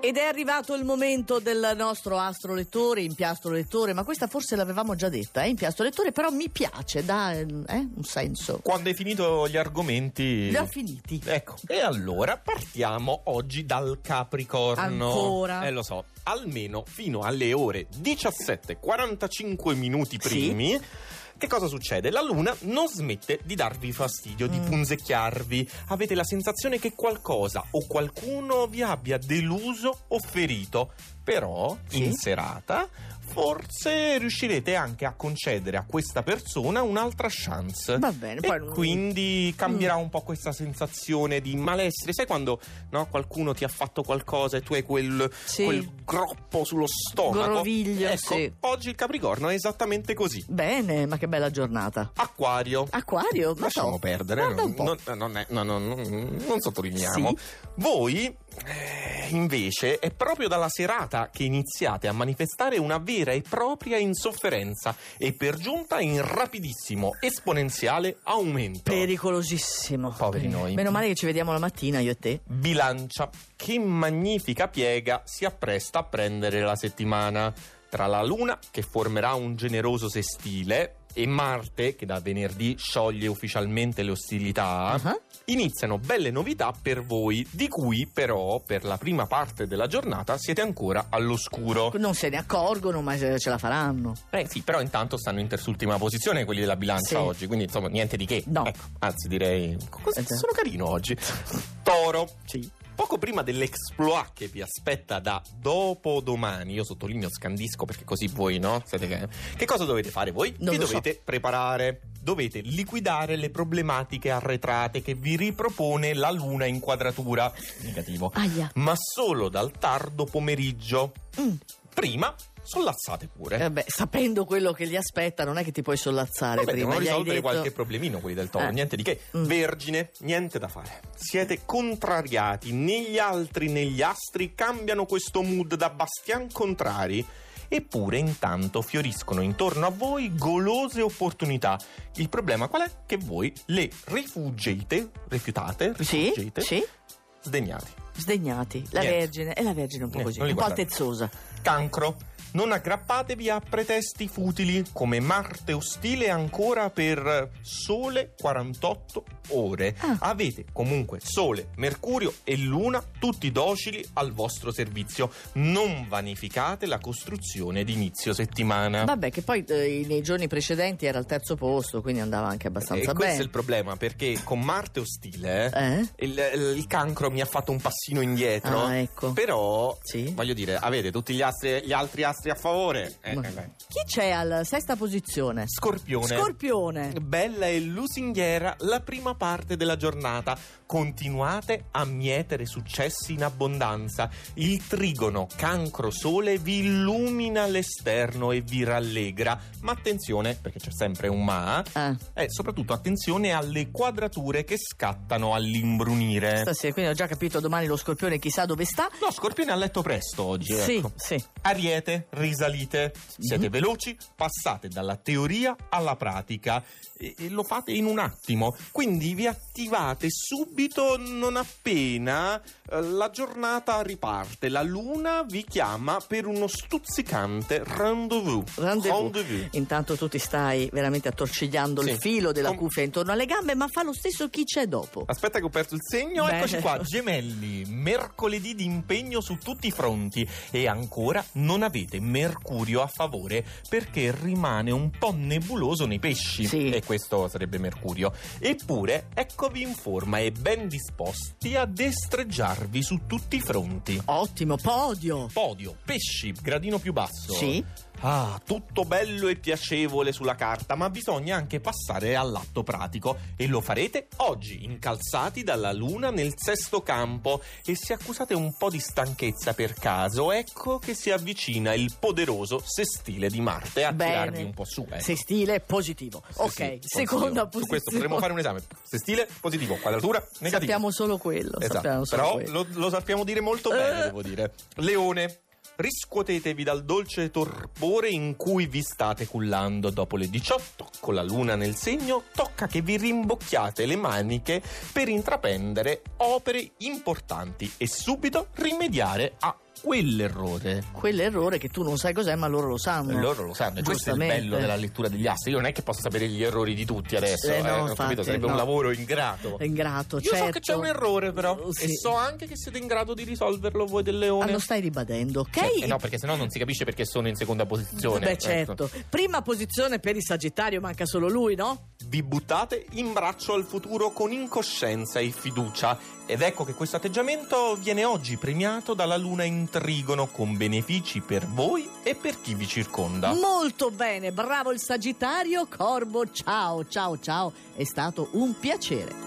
Ed è arrivato il momento del nostro astrolettore, impiastro lettore, ma questa forse l'avevamo già detta, eh, impiastro lettore, però mi piace, dà eh, un senso. Quando hai finito gli argomenti... Li ho finiti. Ecco, e allora partiamo oggi dal Capricorno. Ancora? Eh lo so, almeno fino alle ore 17.45 minuti primi... Che cosa succede? La luna non smette di darvi fastidio, di Mm. punzecchiarvi. Avete la sensazione che qualcosa o qualcuno vi abbia deluso o ferito. Però, Sì. in serata, forse riuscirete anche a concedere a questa persona un'altra chance. Va bene, poi E non- quindi cambierà un po' questa sensazione di malessere. Sai quando no, qualcuno ti ha fatto qualcosa e tu hai quel, Sì. quel groppo sullo stomaco? Groviglio, ecco, sì. oggi il Capricorno è esattamente così. Bene, ma che bella giornata. Acquario. Acquario, ma Lasciamo so, perdere, Guarda un po'. non, non è- no, no, no, non sottolineiamo. Sì. Voi, eh, invece, è proprio dalla serata che iniziate a manifestare una vera e propria insofferenza e per giunta in rapidissimo, esponenziale aumento. Pericolosissimo. Poveri noi. Meno male che ci vediamo la mattina, io e te. Bilancia, che magnifica piega si appresta a prendere la settimana tra la Luna, che formerà un generoso sestile, e Marte, che da venerdì scioglie ufficialmente le ostilità. Ah. Iniziano belle novità per voi, di cui però per la prima parte della giornata siete ancora all'oscuro. Non se ne accorgono, ma ce ce la faranno. Eh sì, però intanto stanno in terz'ultima posizione quelli della bilancia Sì. oggi, quindi insomma niente di che. No. Ecco, anzi direi... cosa- Eh già. sono carino oggi. Toro, Sì. Poco prima dell'exploit che vi aspetta da dopodomani, io sottolineo, scandisco perché così voi no? Siete che... che cosa dovete fare voi? Non vi lo so. dovete preparare, dovete liquidare le problematiche arretrate che vi ripropone la luna in quadratura. Negativo. Aia. Ma solo dal tardo pomeriggio. Mm. Prima sollazzate pure. Eh beh, sapendo quello che li aspetta, non è che ti puoi sollazzare Vabbè, prima. devono gli hai risolvere detto- qualche problemino quelli del toro, Eh. niente di che. Mm. Vergine, niente da fare. Siete contrariati, né gli altri né gli astri cambiano questo mood da bastian contrari. Eppure intanto fioriscono intorno a voi golose opportunità. Il problema qual è? Che voi le rifugite, rifiutate, Sì, rifugite, sì, sdegnate. sdegnati. La Niente. Vergine, è la Vergine un po' così, Niente, non li un po' guardate. altezzosa. Cancro. Non aggrappatevi a pretesti futili come Marte ostile ancora per eh, sole 48 ore. Ah. Avete comunque Sole, Mercurio e Luna tutti docili al vostro servizio. Non vanificate la costruzione di inizio settimana. Vabbè, che poi eh, nei giorni precedenti era al terzo posto, quindi andava anche e abbastanza questo è il bene. problema perché con Marte ostile Eh? il, il cancro mi ha fatto un passino indietro. Ah, ecco. Però, Sì. voglio dire, avete tutti gli, astri- gli altri astri a favore. Eh, Ma- eh, beh. Chi c'è alla sesta posizione? Scorpione. Scorpione. Bella e lusinghiera la prima parte della giornata. Continuate a mietere successi in abbondanza. Il trigono cancro sole vi illumina l'esterno e vi rallegra. Ma attenzione, perché c'è sempre un ma. eh, Ah, E soprattutto attenzione alle quadrature che scattano all'imbrunire. stasera, quindi ho già capito domani lo scorpione chissà dove sta. No, Scorpione ha letto presto oggi. Sì, ecco. sì. Ariete, risalite, siete veloci, passate dalla teoria alla pratica e, e lo fate in un attimo, quindi vi attivate subito non appena eh, la giornata riparte, la luna vi chiama per uno stuzzicante rendezvous. Rendezvous. Intanto tu ti stai veramente attorcigliando il Sì. Oh. filo della Com- cuffia intorno alle gambe, ma fa lo stesso chi c'è dopo. Aspetta che ho perso il segno, Bene. eccoci qua, gemelli, mercoledì di impegno su tutti i fronti e ancora non avete Mercurio a favore perché rimane un po' nebuloso nei pesci Sì. e questo sarebbe Mercurio. Eppure eccovi in forma e ben disposti a destreggiarvi su tutti i fronti. Ottimo, podio. Podio, pesci, gradino più basso. Sì. Ah, tutto bello e piacevole sulla carta, ma bisogna anche passare all'atto pratico e lo farete oggi, incalzati dalla luna nel sesto campo e se accusate un po' di stanchezza per caso, ecco che si avvicina il poderoso sestile di Marte a Bene. tirarvi un po' su. eh. Se stile positivo. Sì, ok, sì, seconda positivo. Su posizione. questo potremmo fare un esame. Sestile positivo, quadratura negativa. Sappiamo solo quello. Esatto, sappiamo solo Però quello. lo, lo sappiamo dire molto bene, Eh. devo dire. Leone. Riscuotetevi dal dolce torpore in cui vi state cullando dopo le 18, con la luna nel segno, tocca che vi rimbocchiate le maniche per intraprendere opere importanti e subito rimediare a quell'errore. Quell'errore che tu non sai cos'è, ma loro lo sanno. Loro lo sanno, e questo è il Giustamente. bello della lettura degli astri. Io non è che posso sapere gli errori di tutti adesso, Eh, no, eh, ho infatti, capito? sarebbe no. un lavoro ingrato. È ingrato, Io certo. so che c'è un errore, però, Oh, sì. e so anche che siete in grado di risolverlo voi del leone. Ah, lo stai ribadendo, ok? Eh, no, perché sennò non si capisce perché sono in seconda posizione. Beh, Ecco. certo. Prima posizione per il Sagittario, manca solo lui, no? Vi buttate in braccio al futuro con incoscienza e fiducia. Ed ecco che questo atteggiamento viene oggi premiato dalla Luna in trigono con benefici per voi e per chi vi circonda. Molto bene, bravo il Sagittario. Corbo, ciao, ciao, ciao. È stato un piacere.